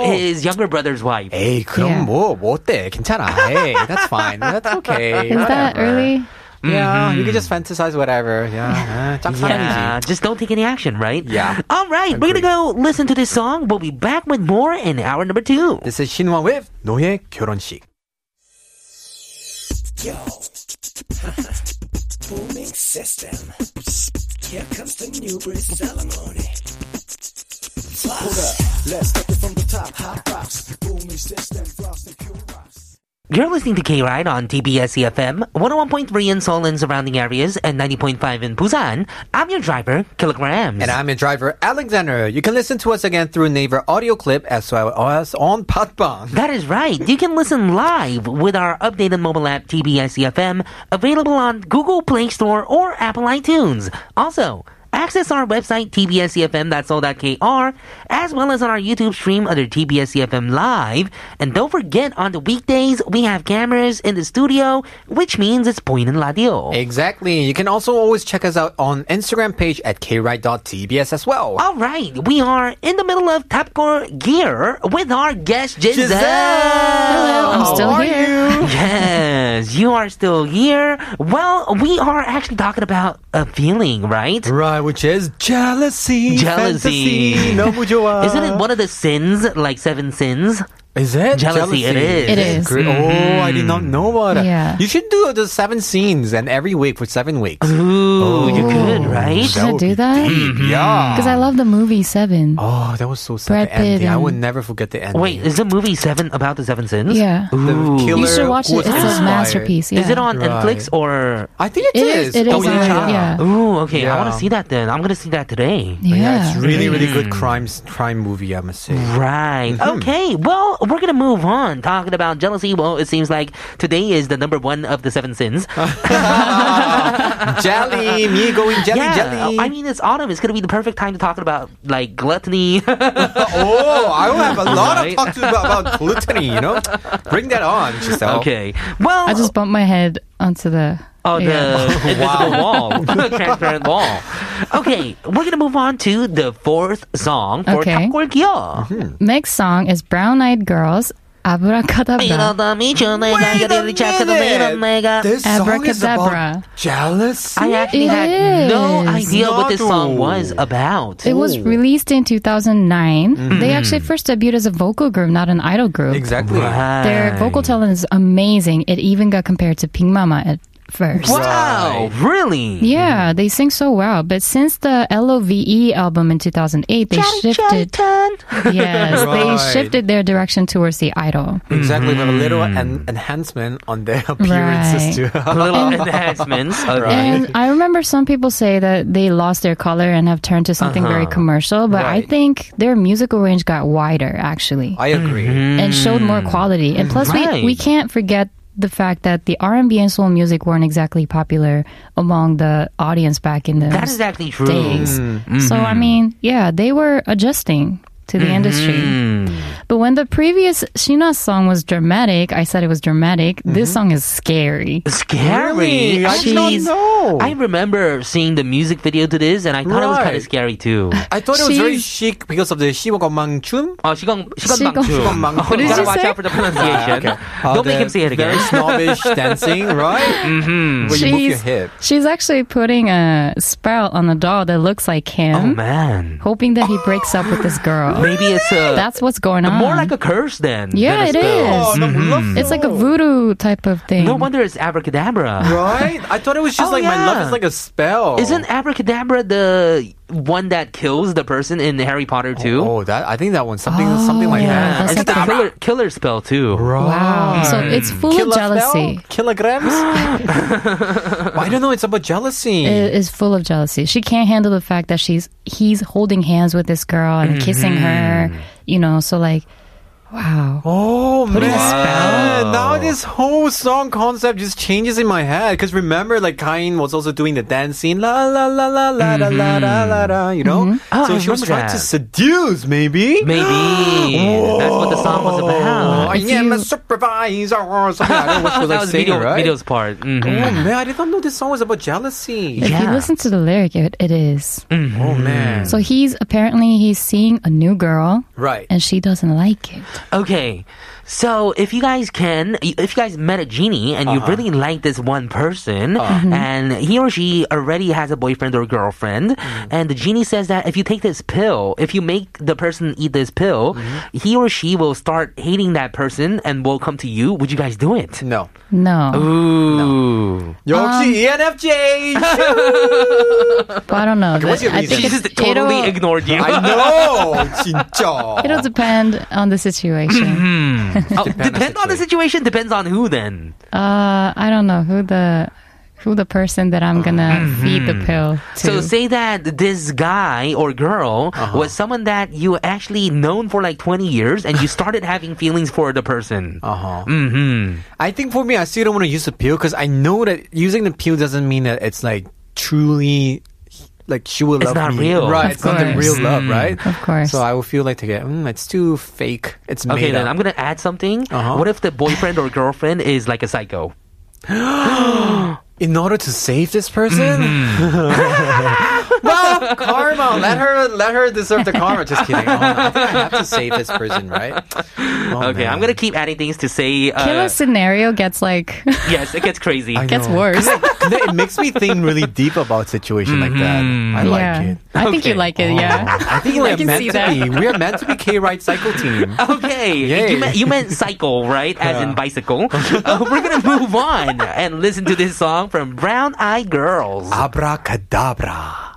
To his younger brother's wife. 에이 그럼 Yeah. 뭐, 뭐 어때? 괜찮아. Hey, that's fine. That's okay. Is that early? Mm-hmm. Yeah, you can just fantasize whatever. Yeah, uh, Yeah, just don't take any action, right? Yeah. All right, we're gonna go listen to this song. We'll be back with more in hour number two. This is Shinwan with 너의 결혼식. You're listening to K Ride on TBS EFM, 101.3 in Seoul and surrounding areas, and 90.5 in Busan. I'm your driver, Kilograms. And I'm your driver, Alexander. You can listen to us again through Naver audio clip as well as on Patbang. That is right. You can listen live with our updated mobile app TBS EFM, E available on Google Play Store or Apple iTunes. Also, access our website tbscfm.soul.kr as well as on our YouTube stream under TBS EFM E Live. And don't forget on the weekdays we have cameras in the studio, which means it's point in radio. Exactly. You can also always check us out on Instagram page at kride.tbs as well. All right, we are in the middle of Top Gear Gear with our guest Giselle. Giselle! Hello, I'm still How are here. you? yes, you are still here. Well, we are actually talking about a feeling, right? Right, which is jealousy. Jealousy. fantasy, 너무 좋아. Isn't it one of the sins, like seven sins? Is it Jealousy, it is. Mm. It is. Great. Oh, I did not know about it. Yeah. You should do the seven scenes and every week for seven weeks. Ooh, you Oh. could, right? Mm-hmm. Should I would do be that? deep. Yeah. Because I love the movie Seven. Oh, that was so sad. Brad The ending. Pitt I would and- never forget the ending. Wait, is the movie Seven about the seven sins? Yeah, the killer you should watch who it. was It's a inspired. masterpiece. Yeah. Is it on Right. Netflix or? I think It is. It is. Oh, on, yeah. yeah. Ooh, okay. I Yeah. want to see that then. I'm gonna see that today. Yeah. Oh, it's really, really good crime crime movie. I must say. Right. Mm-hmm. Okay. Well, we're gonna move on talking about jealousy. Well, it seems like today is the number one of the seven sins. jelly, me going jelly, jelly. I mean, it's autumn. It's gonna be the perfect time to talk about like gluttony. oh, I will have a lot Right. of talk to about, about gluttony. You know, bring that on, Giselle. okay. Well, I just bumped my head onto the. oh, the yeah. invisible wall, transparent wall. Okay, we're gonna move on to the fourth song for Okay. Tapgolgyo. Mm-hmm. Next song is Brown Eyed Girls, Abracadabra. Wait a minute. This song is about Abracadabra. jealousy. I actually It had no is. idea what this song Nado. was about. It was released in 2009. They actually first debuted as a vocal group, not an idol group. Mm-hmm. exactly. Uh, Their vocal talent is amazing. It even got compared to Pink Mama at first. Wow, really? Yeah, they sing so well. But since the LOVE E album in 2008, they shifted. Yes, Right. they shifted their direction towards the idol. Exactly, with a little en- enhancement on their appearances Right. too. Little enhancements. Okay. And I remember some people say that they lost their color and have turned to something very commercial, but I Uh-huh. Right. think their musical range got wider actually I agree. and showed more quality. And plus Mm. Right. we we can't forget the fact that the R&B and soul music weren't exactly popular among the audience back in the That is actually true. days. Mm-hmm. So I mean, yeah, they were adjusting to the Mm. industry. But when the previous Sheena song was dramatic, I said it was dramatic. Mm-hmm. This song is scary. Scary. Really? I did not Jeez. know. I remember seeing the music video to this, and I thought it was kind of Right. scary too. I thought it was very She's- chic because of the Shiwagon Mangchun. Oh, 시간 시간- 시간 방출. 시간 방출. What did Oh, gotta you watch say? out for the pronunciation. Don't make him say it again. Very snobbish dancing, right? Mm-hmm. Where you move your She's, hip. she's actually putting a spell on a doll that looks like him, Oh man, hoping that he breaks up with this girl. maybe it's a That's what's going on. more like a curse then. yeah, it than a spell. is. Mm-hmm. It's like a voodoo type of thing. No wonder it's abracadabra. Right? I thought it was just Oh, like my love yeah. is like a spell. Isn't abracadabra the one that kills the person in Harry Potter too? Oh, that I think that one something Oh, something like yeah, that. that's it's like the a- killer, killer spell too. wow. So it's full Killer of spell? jealousy. Kilograms? I don't know. It's about jealousy. It is full of jealousy. She can't handle the fact that she's he's holding hands with this girl and kissing her. You know, so like, wow. Oh a man! spell. Now this whole song concept just changes in my head. Because remember, like Kain was also doing the dance scene, la la la la la la la la la la. You know, Oh, so I she was remember trying to that. seduce, maybe. Maybe that's what the song was Oh, about. I If am a you- supervisor or something. I don't know what she was that like was saying, video, right? video's part. Oh Mhm. man, I did not know this song was about jealousy. If you Yeah. listen to the lyric, it, it is. Oh man, So he's apparently he's seeing a new girl right? and she doesn't like it. Okay, so if you guys can, if you guys met a genie and you really like this one person, and he or she already has a boyfriend or girlfriend, and the genie says that if you take this pill, if you make the person eat this pill, he or she will start hating that person and will come to you. Would you guys do it? No, E No. Ooh. 역시 ENFJ. But I don't know. what's your I think reason? it's, Jesus totally it'll, ignored you. I know, 진짜. it'll depend on the situation. Oh, depends on the situation. Depends on who then. uh, I don't know who the who the person that I'm gonna Mm-hmm. feed the pill to. So say that this guy or girl Uh-huh. was someone that you actually known for like 20 years and you started having feelings for the person. Uh huh. Mm-hmm. hmm I think for me, I still don't want to use the pill because I know that using the pill doesn't mean that it's like truly, like she will It's love not me. real. right? Of it's not the course. real love, right? Of course. So I will feel like to get, mm, it's too fake. It's Okay, made up. then I'm gonna add something. Uh-huh. What if the boyfriend or girlfriend is like a psycho? In order to save this person, Mm-hmm. well, karma. Let her, let her deserve the karma. Just kidding. Oh, no, I think I have to save this person, right? Oh, Okay, man. I'm gonna keep adding things to say. Uh, killer scenario gets like yes, it gets crazy. I gets know. worse. No, it makes me think really deep about situation like that. I yeah. like it. Oh. I think you Okay. like it. Yeah. I think I we're can meant see to that. be. We're meant to be K Ride Cycle Team. Okay, Yay. you meant, you meant cycle, right? As in bicycle. Uh, we're gonna move on and listen to this song from Brown Eye Girls. Abracadabra.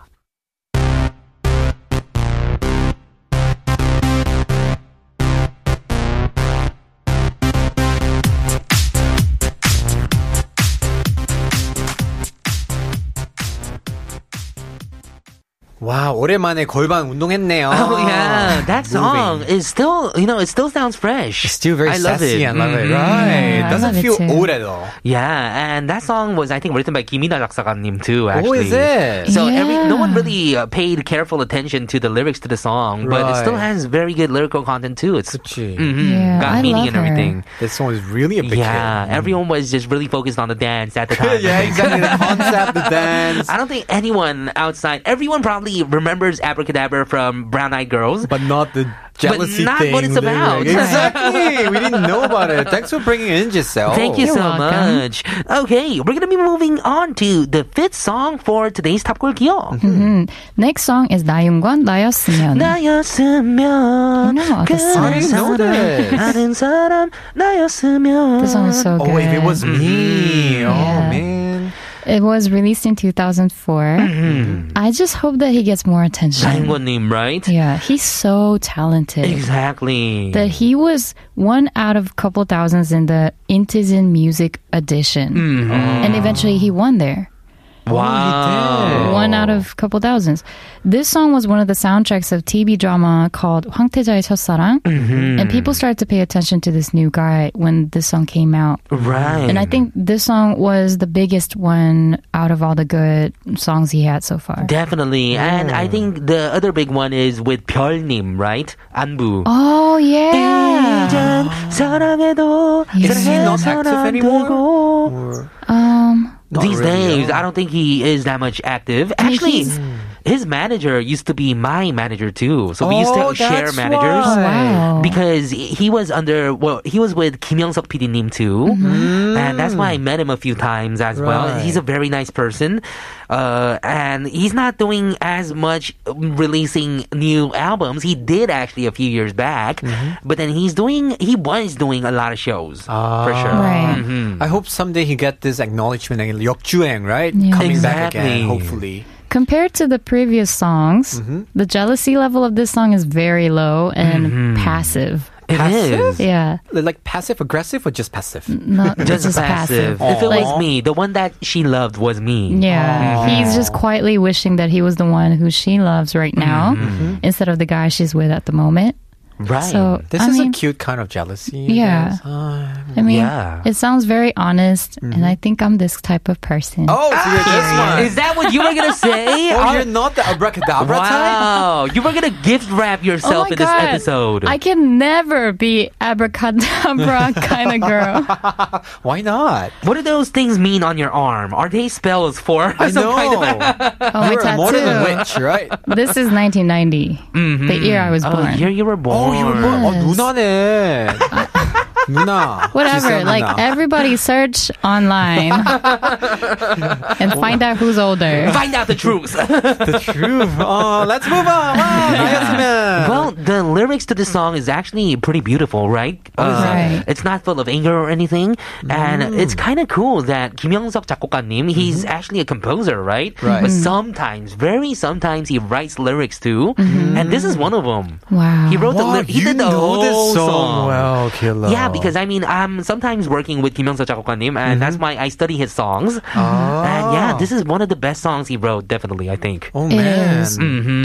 와 오랜만에 골반 운동했네요. Oh yeah, that song is still you know it still sounds fresh. It's still very I love sassy. it. I love it. Mm-hmm. Mhm. Right? Yeah, I doesn't love it feel too. old at all. Yeah, and that song was I think written by Kimina 작사가님 too. Oh, Actually, is it? So every no one Yeah. really uh, paid careful attention to the lyrics to the song, but it still Right. has very good lyrical content too. It's Gee, mhm, Yeah, got I meaning love and her. everything. This song is really a big Yeah, hit. Mm. everyone was just really focused on the dance at the time. yeah, exactly. The concept, the dance, I don't think anyone outside, everyone probably remembers Abracadabra from Brown Eyed Girls. but not the jealousy not thing. what it's that you're about. like- Exactly. we didn't know about it. Thanks for bringing in Giselle. Thank you You're so welcome. much. Okay, we're gonna be moving on to the fifth song for today's Top Girl Kyo. Mm-hmm. Mm. Next song is 나윤권 나였으면. 나였으면 know 그런 this song. I didn't know 사람, this. 다른 사람 나였으면 This song is so Oh, good. if Mm-hmm. it was me. Oh Yeah. man. It was released in 2004. Mm-hmm. I just hope that he gets more attention. 장군님, right? yeah, he's so talented. Exactly. That he was one out of couple thousands in the Intizen Music Edition, and eventually he won there. wow. One out of couple thousands. This song was one of the soundtracks of TV drama called 황태자의 첫사랑, and people started to pay attention to this new guy when this song came out. Right. And I think this song was the biggest one out of all the good songs he had so far. Definitely. And I think the other big one is with 별님, right? Anbu. Oh yeah. 사랑해도 Is he 사랑해도 not active 사랑 anymore? 들고. Um Not These really, days, I don't think he is that much active. mean, Actually, he's- his manager used to be my manager too. So we used Oh, to share that's managers. why. wow. Because he was under, well, he was with Kim Young Suk PD님 too, Mm-hmm. and that's why I met him a few times as well. Right. He's a very nice person, uh, and he's not doing as much releasing new albums. He did actually a few years back, Mm-hmm. but then he's doing, he was doing a lot of shows for sure. Ah. Right. Hmm. I hope someday he get this acknowledgement and 역주행, right? Yeah. Coming back Exactly. again, hopefully. Compared to the previous songs, the jealousy level of this song is very low and passive. Mm-hmm. It is. Yeah. Like passive aggressive or just passive? Not just, just passive. passive. If it Like- was me, the one that she loved was me. Yeah. He's just quietly wishing that he was the one who she loves right now Mm-hmm. instead of the guy she's with at the moment. Right. So This is I a mean, cute kind of jealousy. I Yeah. guess. Ah. I mean, Yeah. it sounds very honest, and I think I'm this type of person. Oh, so Ah, you're this one. Is that what you were gonna say? oh, Are- you're not the abracadabra type? wow. you were gonna gift wrap Oh yourself my in this God. episode. I can never be abracadabra kind of girl. Why not? what do those things mean on your arm? Are they spells for I some know. kind of Oh, my You're more than a tattoo. witch, right? This is 1990, the year I was Oh, born. here you were born. Oh, you were born. Oh, Yes. 누나네. 누나. Whatever, She's a like 누나. everybody search online and find out who's older. Find out the truth. the truth. Oh, let's move on. Wow, 나였으면. well, the lyrics to this song is actually pretty beautiful, right? Uh, Right. It's not full of anger or anything, and it's kind of cool that Kim Young Suk 작곡가님, he's actually a composer, right? Mm-hmm. Right. Mm. But sometimes, very sometimes, he writes lyrics too, and this is one of them. Wow. He wrote Mm-hmm. the Wow, lyrics. He you did the know whole this song song well, Killa. Yeah, because I mean, I'm sometimes working with Kim Young Suk 작곡가님, and Mm-hmm. that's why I study his songs. And yeah, this is one of the best songs he wrote, definitely. I think. Oh, It man. is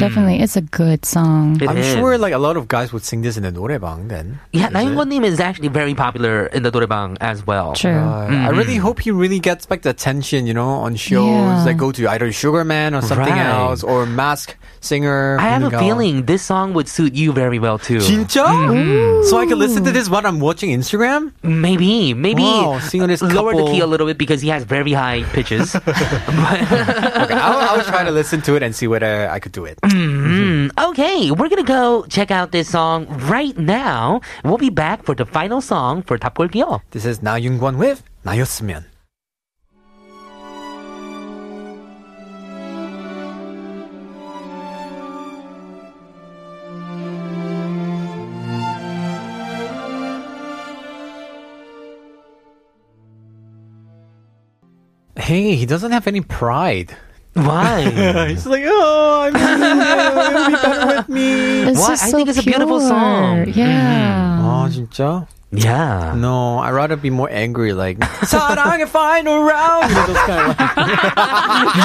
definitely it's a good song. It I'm is. sure like a lot of guys would sing this in the 노래방 then. Yeah, Is it? Naeun Nim is actually very popular in the Dorebang as well. True. Uh, Mm-hmm. I really hope he really gets back the attention, you know, on shows Yeah. that go to either Sugarman or something Right. else or Mask Singer. I have a 분인가. feeling this song would suit you very well too. 진짜? So I can listen to this while I'm watching Instagram? Maybe, maybe Wow, seeing this lower the couple- key a little bit because he has very high pitches. Okay, I'll, I'll try to listen to it and see whether I could do it. Mm, okay, we're gonna go check out this song right now. We'll be back for the final song for Top Girl Kyo. This is Na Yoongbwan with 나였으면. Hey, he doesn't have any pride. Why? He's like, oh, I'm be better with me. It's Why? just I so think it's a beautiful pure. song. Mm-hmm. Yeah. 아 진짜? yeah. No, I'd rather be more angry, like 사랑의 final round. You know, those kind of like,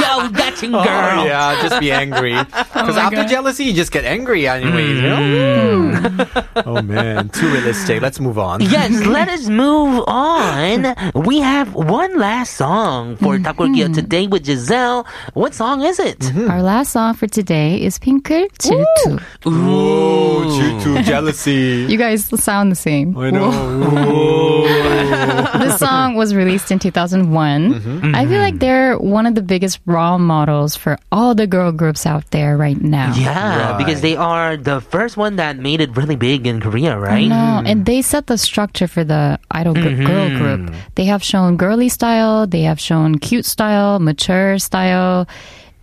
Yo, that's your girl. Oh, yeah, just be angry. Because after jealousy, you just get angry anyway. you know? oh man, too realistic. Let's move on. Yes, let us move on. We have one last song for mm Mm-hmm. today with Giselle. What song is it? Mm-hmm. Our last song for today is Pinkle 질투. Whoa, Oh, due to jealousy. You guys sound the same. I know. this song was released in 2001. Mm-hmm. I feel like they're one of the biggest role models for all the girl groups out there right now. Yeah, because they are the first one that made it really big in Korea, right? No, and they set the structure for the idol gr- Mm-hmm. girl group. They have shown girly style, they have shown cute style, mature style,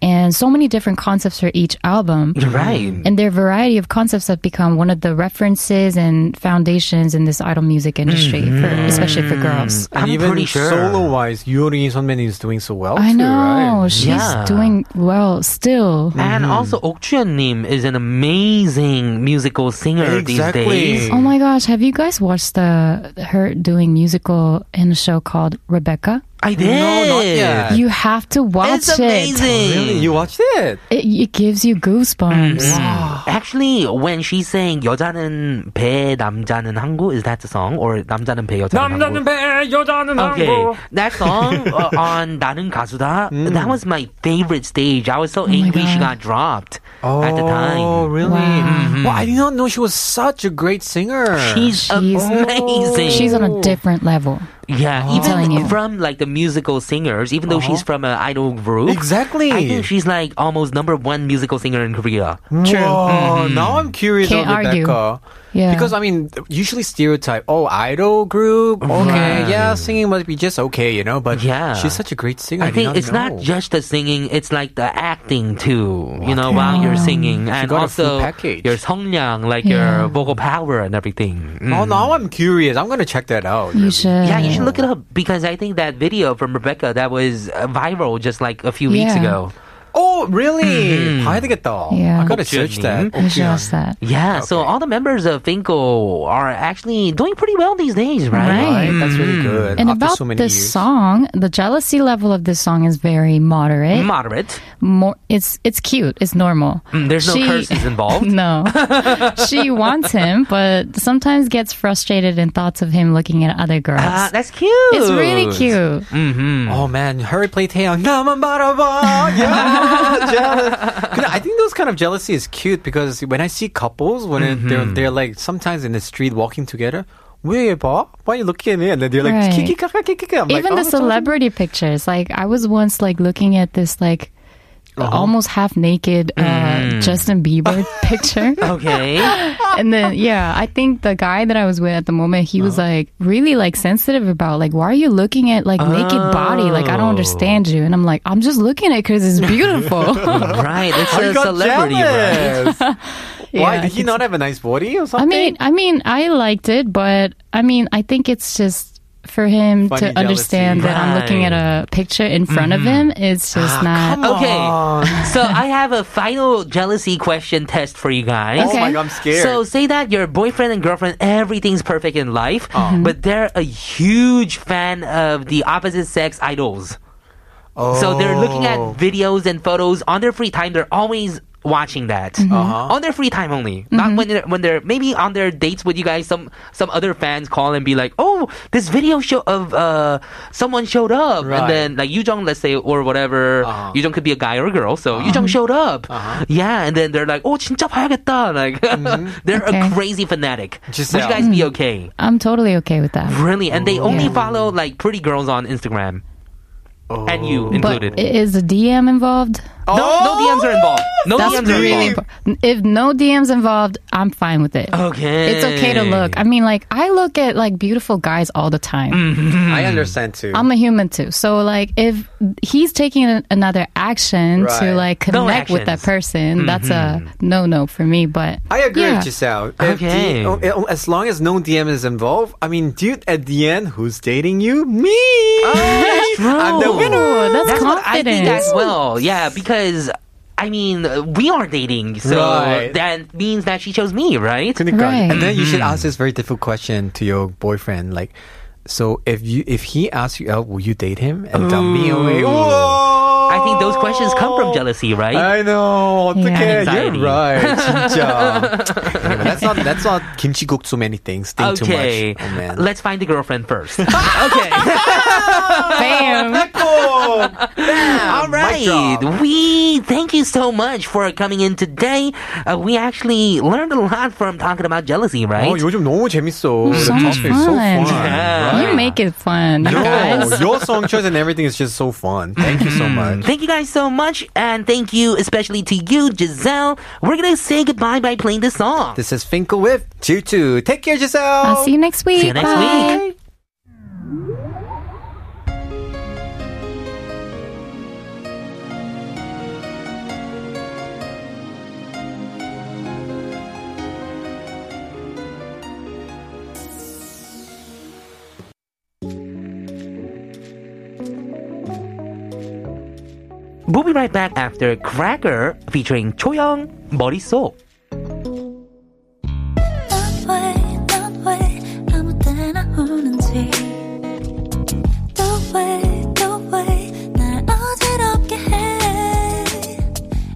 and so many different concepts for each album. You're right. And their variety of concepts have become one of the references and foundations in this idol music industry, for, Mm-hmm. especially for girls. I'm and even pretty sure. solo wise, Yuri Sunmin is doing so well. I too, know right? she's Yeah. doing well still. Mm-hmm. And also, Okchun Nim is an amazing musical singer Exactly. these days. Oh my gosh, have you guys watched the her doing musical in a show called Rebecca? I did. No, not yet. You have to watch It's it. amazing. Really? You watched it? it. It gives you goosebumps. Actually, when she sang 여자는 배, 남자는 항구, is that the song? Or 남자는 배, 여자는 항구? Okay, that song uh, on 나는 가수다, that was my favorite stage. I was so angry she got Oh God. dropped at the Oh, time. really? Wow. Well, I did not know she was such a great singer. She's, She's- amazing. She's on a different level. yeah, telling even you. from like the musical singers, even though she's from an idol group. Exactly. I think she's like almost number one musical singer in Korea. True. Whoa, Now I'm curious Can't on argue. Rebecca. Yeah. Because I mean, usually stereotype. Oh, idol group. Okay, Right. yeah, singing must be just okay, you know. But Yeah. she's such a great singer. I did think it's know. not just the singing; it's like the acting too. You know, while you're singing, and got a full also package. your 성량, like your Yeah. vocal power and everything. Mm. Oh, now I'm curious. I'm gonna check that out. really. You should. Yeah, you should look it up because I think that video from Rebecca that was uh, viral just like a few weeks Yeah. ago. Oh, really? 봐야 되겠다. Yeah. I gotta search that. You should watch that. Yeah, so all the members of Finko are actually doing pretty well these days, right? Right, Right. that's really good. And After about so many this years. song, the jealousy level of this song is very moderate. Moderate. More, it's it's cute. It's normal. Mm, there's no curses involved. No, she wants him, but sometimes gets frustrated in thoughts of him looking at other girls. Ah, that's cute. it's really cute. Oh man, hurry play 태양 나만 바라봐. Yeah, jealous. 근데 I think those kind of jealousy is cute because when I see couples when it- they're they're like sometimes in the street walking together. 왜 봐? Why are you looking at me? And then they're like, Right. "키키카카, 키키카." I'm like, Even "Oh, the it's all- celebrity pictures. Like I was once like looking at this like Uh-huh. almost half naked uh, Justin Bieber picture. Okay. and then yeah, I think the guy that I was with at the moment, he Uh-huh. was like really like sensitive about like why are you looking at like naked body? Like I don't Oh. understand you. And I'm like I'm just looking at it because it's beautiful. right. It's I a got celebrity, right? jealous. Why Yeah, did I he not have a nice body or I something? mean, I mean, I liked it, but I mean, I think it's just for him Funny to jealousy. understand that I'm looking at a picture in front of him. It's just Ah, not. Okay. on. so I have a final jealousy question test for you guys. Oh Okay. my god, I'm scared. So say that your boyfriend and girlfriend, everything's perfect in life, Uh-huh. but they're a huge fan of the opposite sex idols. So they're looking at Oh. videos and photos on their free time. They're always watching that Mm-hmm. Uh-huh. on their free time only. Not when they're, when they're maybe on their dates with you guys. Some some other fans call and be like, "Oh, this video show of uh someone showed up," and Right. then like Yujong, let's say, or whatever. Uh-huh. Yujong could be a guy or a girl. So Yujong showed up. Yeah, and then they're like, "Oh, 진짜 봐야겠다." Like Mm-hmm. they're a Okay. Mm-hmm. crazy fanatic. Would Giselle. you guys be okay? I'm totally okay with that. Really, and they only Yeah. Oh. follow like pretty girls on Instagram, and you But included. is the DM involved? oh, No, no DMs are involved. No That's DMs are really involved. impo- if no DMs involved, I'm fine with it. Okay. It's okay to look. I mean, like I look at like beautiful guys all the time. Mm-hmm. I understand too. I'm a human too. So like if he's taking an, another action to Right. like No connect with that actions. Mm-hmm. person, that's a no-no for me, but I agree yeah. with Giselle. If Okay. the- oh, eh, oh, as long as no DM is involved, I mean, dude, at the end, who's dating you? Me! I'm the Oh, true. winner! Ooh, that's, That's what I think confidence. as well. Yeah, because I mean uh, we are dating, so Right. that means that she chose me, right? 그러니까. Right. And then you should ask this very difficult question to your boyfriend, like, so if you if he asks you out, will you date him and dump me away? Whoa! I think those questions come from jealousy, right? I know. Yeah. 어떡해. Anxiety. You're right. 진짜. Anyway, that's not that's not 김치국 so many things. Think okay, too much. Oh, man. let's find the girlfriend first. okay. Bam. go. All right. We thank you so much for coming in today. Uh, we actually learned a lot from talking about jealousy, right? 어, 요즘 너무 재밌어. The So much topic is so fun. fun. Yeah. You make it fun, you guys. No, your song choice and everything is just so fun. Thank you so Mm-hmm. much. Thank you guys so much, and thank you especially to you, Giselle. We're gonna say goodbye by playing this song. This is Finkel with Tutu. Take care, I'll Giselle. see you next week. See you next Bye. week. We'll be right back after Cracker featuring Choyoung 머릿속. 넌왜넌왜 아무 때나 우는지 또왜또왜날 어지럽게 해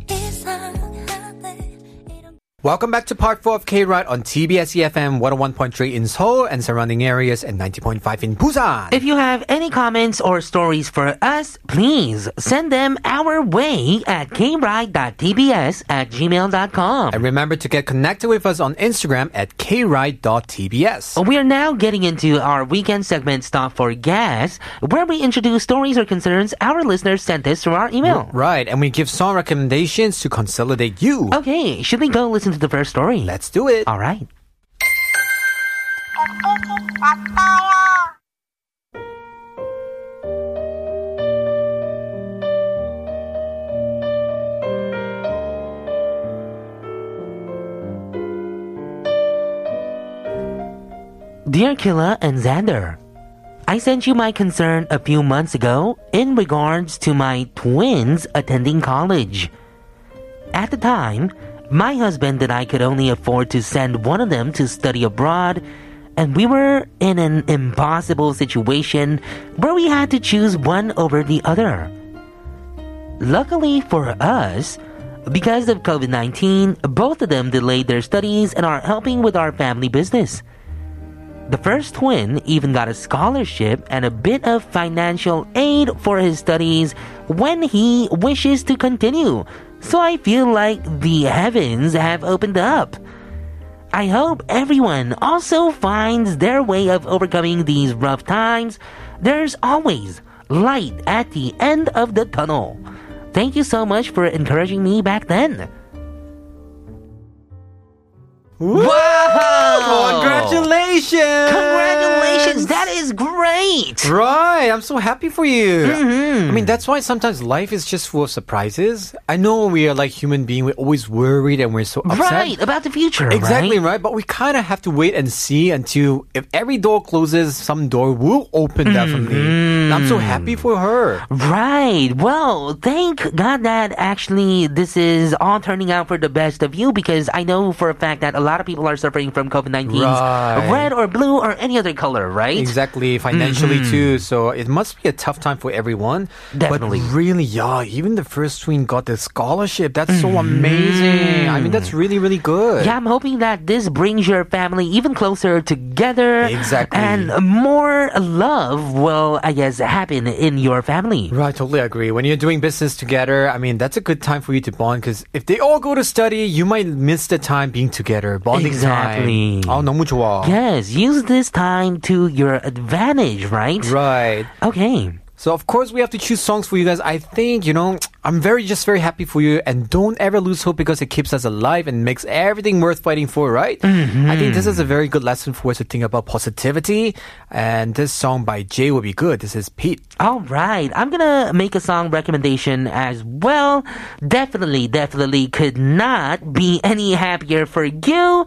이상하네 이런 Welcome back to part 4 of K-Ride on TBS EFM 101.3 in Seoul and surrounding areas and 90.5 in Busan. If you have any comments or stories for us, please send them our way at kride.tbs at gmail.com. and remember to get connected with us on Instagram at Oh, kride.tbs. We are now getting into our weekend segment Stop for Gas, where we introduce stories or concerns our listeners sent us through our email. Right, and we give song recommendations to consolidate you. Oh. Okay, should we go listen to the first story? Let's do it. All right. Dear Killa and Xander, I sent you my concern a few months ago in regards to my twins attending college. At the time, my husband and I could only afford to send one of them to study abroad, and we were in an impossible situation where we had to choose one over the other. Luckily for us, because of COVID 19, both of them delayed their studies and are helping with our family business. The first twin even got a scholarship and a bit of financial aid for his studies when he wishes to continue. So I feel like the heavens have opened up. I hope everyone also finds their way of overcoming these rough times. There's always light at the end of the tunnel. Thank you so much for encouraging me back then. Wow! Congratulations! Congratulations! That is great! Right, I'm so happy for you. Mm-hmm. I mean, that's why sometimes life is just full of surprises. I know we are like human beings, we're always worried and we're so upset. Right, about the future. Exactly right? right, but we kind of have to wait and see until if every door closes, some door will open definitely. I'm so Mm-hmm. happy for her. Right. Well, thank God that actually this is all turning out for the best of you because I know for a fact that a lot of people are suffering from COVID 19's Right. red or blue or any other color, right? Exactly, financially too. So it must be a tough time for everyone. Mm-hmm. Definitely. But really, yeah, even the first twin got the scholarship. That's so amazing. I mean, that's really, really good. Mm-hmm. Yeah, I'm hoping that this brings your family even closer together. Exactly. And more love will, I guess, happen in your family. Right, totally agree. When you're doing business together, I mean, that's a good time for you to bond because if they all go to study, you might miss the time being together, bonding Exactly. time. Oh, 너무 좋아. Yes, use this time to your advantage, right? Right. Okay. So of course we have to choose songs for you guys. I think you know I'm very just very happy for you, and don't ever lose hope because it keeps us alive and makes everything worth fighting for. Right? Mm-hmm. I think this is a very good lesson for us to think about positivity, and this song by Jay will be good. This is Pete. All right, I'm gonna make a song recommendation as well. Definitely, definitely could not be any happier for you.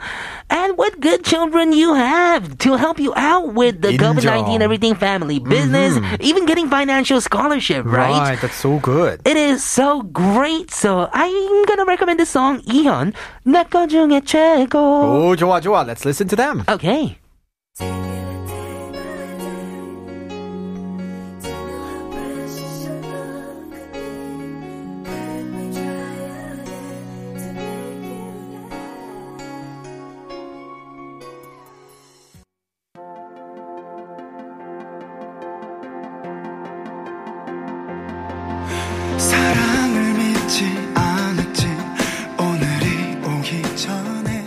And what good children you have to help you out with the Indeed. COVID 19 everything family business, even getting financial scholarship, right? that's so good. It is so great. So I'm gonna recommend this song, Eon. 내 거중에 최고. Oh, 좋아 좋아. Let's listen to them. Okay. 사랑을 믿지 않았지 오늘이 오기 전에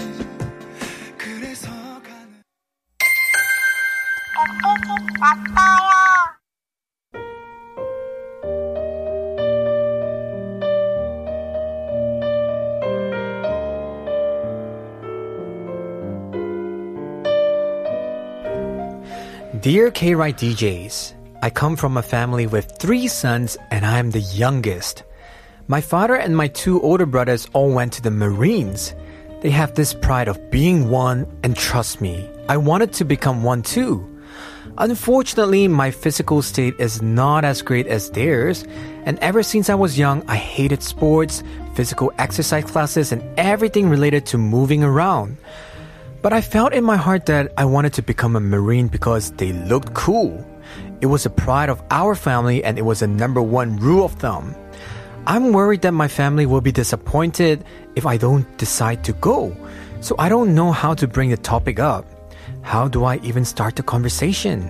그래서 가는 Dear K Ride DJs, I come from a family with three sons and I'm the youngest. My father and my two older brothers all went to the Marines. They have this pride of being one, and trust me, I wanted to become one too. Unfortunately, my physical state is not as great as theirs, And ever since I was young, I hated sports, physical exercise classes, and everything related to moving around. But I felt in my heart that I wanted to become a Marine because they looked cool. It was a pride of our family and it was a number one rule of thumb. I'm worried that my family will be disappointed if I don't decide to go. So I don't know how to bring the topic up. How do I even start the conversation?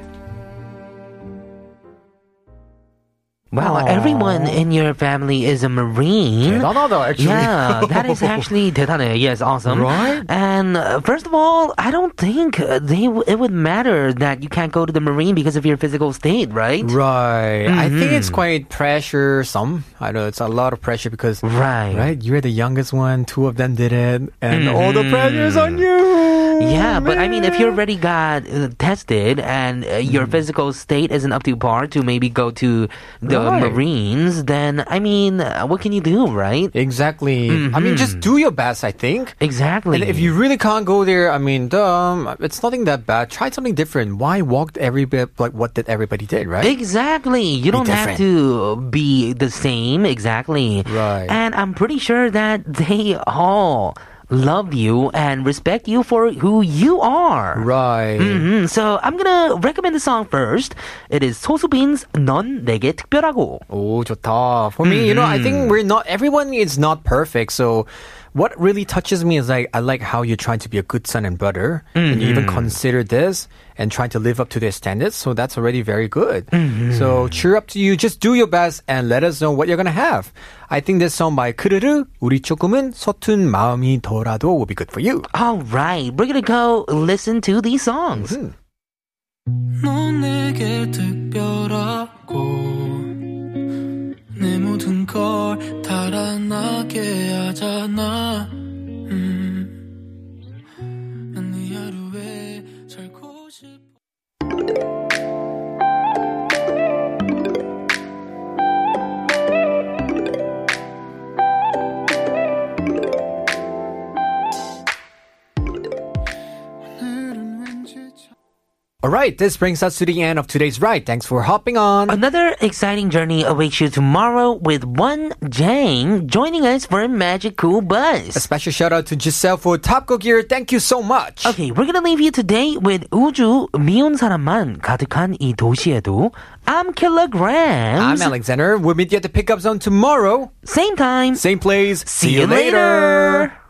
Wow, everyone in your family is a Marine. 대단하다, actually. Yeah, that is actually 대단해. Yes, awesome. Right? And uh, first of all, I don't think uh, they w- it would matter that you can't go to the Marine because of your physical state, right? Mm-hmm. Right. I think it's quite pressure. Some I know it's a lot of pressure because Right. right, you're the youngest one. Two of them did it, and all the pressure's on you. Mm-hmm. Yeah, but I mean, if you already got uh, tested and uh, Mm. your physical state isn't up to par to maybe go to the Right. Marines, then I mean, uh, what can you do, right? Exactly. I mean, just Mm-hmm. do your best. I think. Exactly. And if Mm-hmm. you really can't go there, I mean, um, it's nothing that bad. Try something different. Why walked every bit like what did everybody did, right? Exactly. You don't have different. to be the same. Exactly. Right. And I'm pretty sure that they all love you and respect you for who you are. Right. Mhm. So I'm gonna recommend the song first. It is 소수빈's 넌 내게 특별하고. Oh, 좋다. For me, you know, I think we're not, everyone is not perfect. So what really touches me is like, I like how you're trying to be a good son and brother. And you even consider this and trying to live up to their standards. So that's already very good. So cheer up to you. Just do your best and let us know what you're going to have. I think this song by 크르르, 우리 조금은 서툰 마음이더라도 will be good for you. All right, we're gonna go listen to these songs. Mm-hmm. 넌 내게 특별하고 내 모든 걸 달아나게 하잖아 음. 난네 하루에 살고 싶어 오늘은 왠지 참 All right. This brings us to the end of today's ride. Thanks for hopping on. Another exciting journey awaits you tomorrow with one Jang joining us for Magic Cool Bus. a special shout out to Giselle for Top Go Gear. Thank you so much. Okay, we're gonna leave you today with 우주 미운 사람만 가득한 이 도시에도 I'm I'm Kilograms. Alexander. We'll meet you at the pickup zone tomorrow. Same time. Same place. See you later.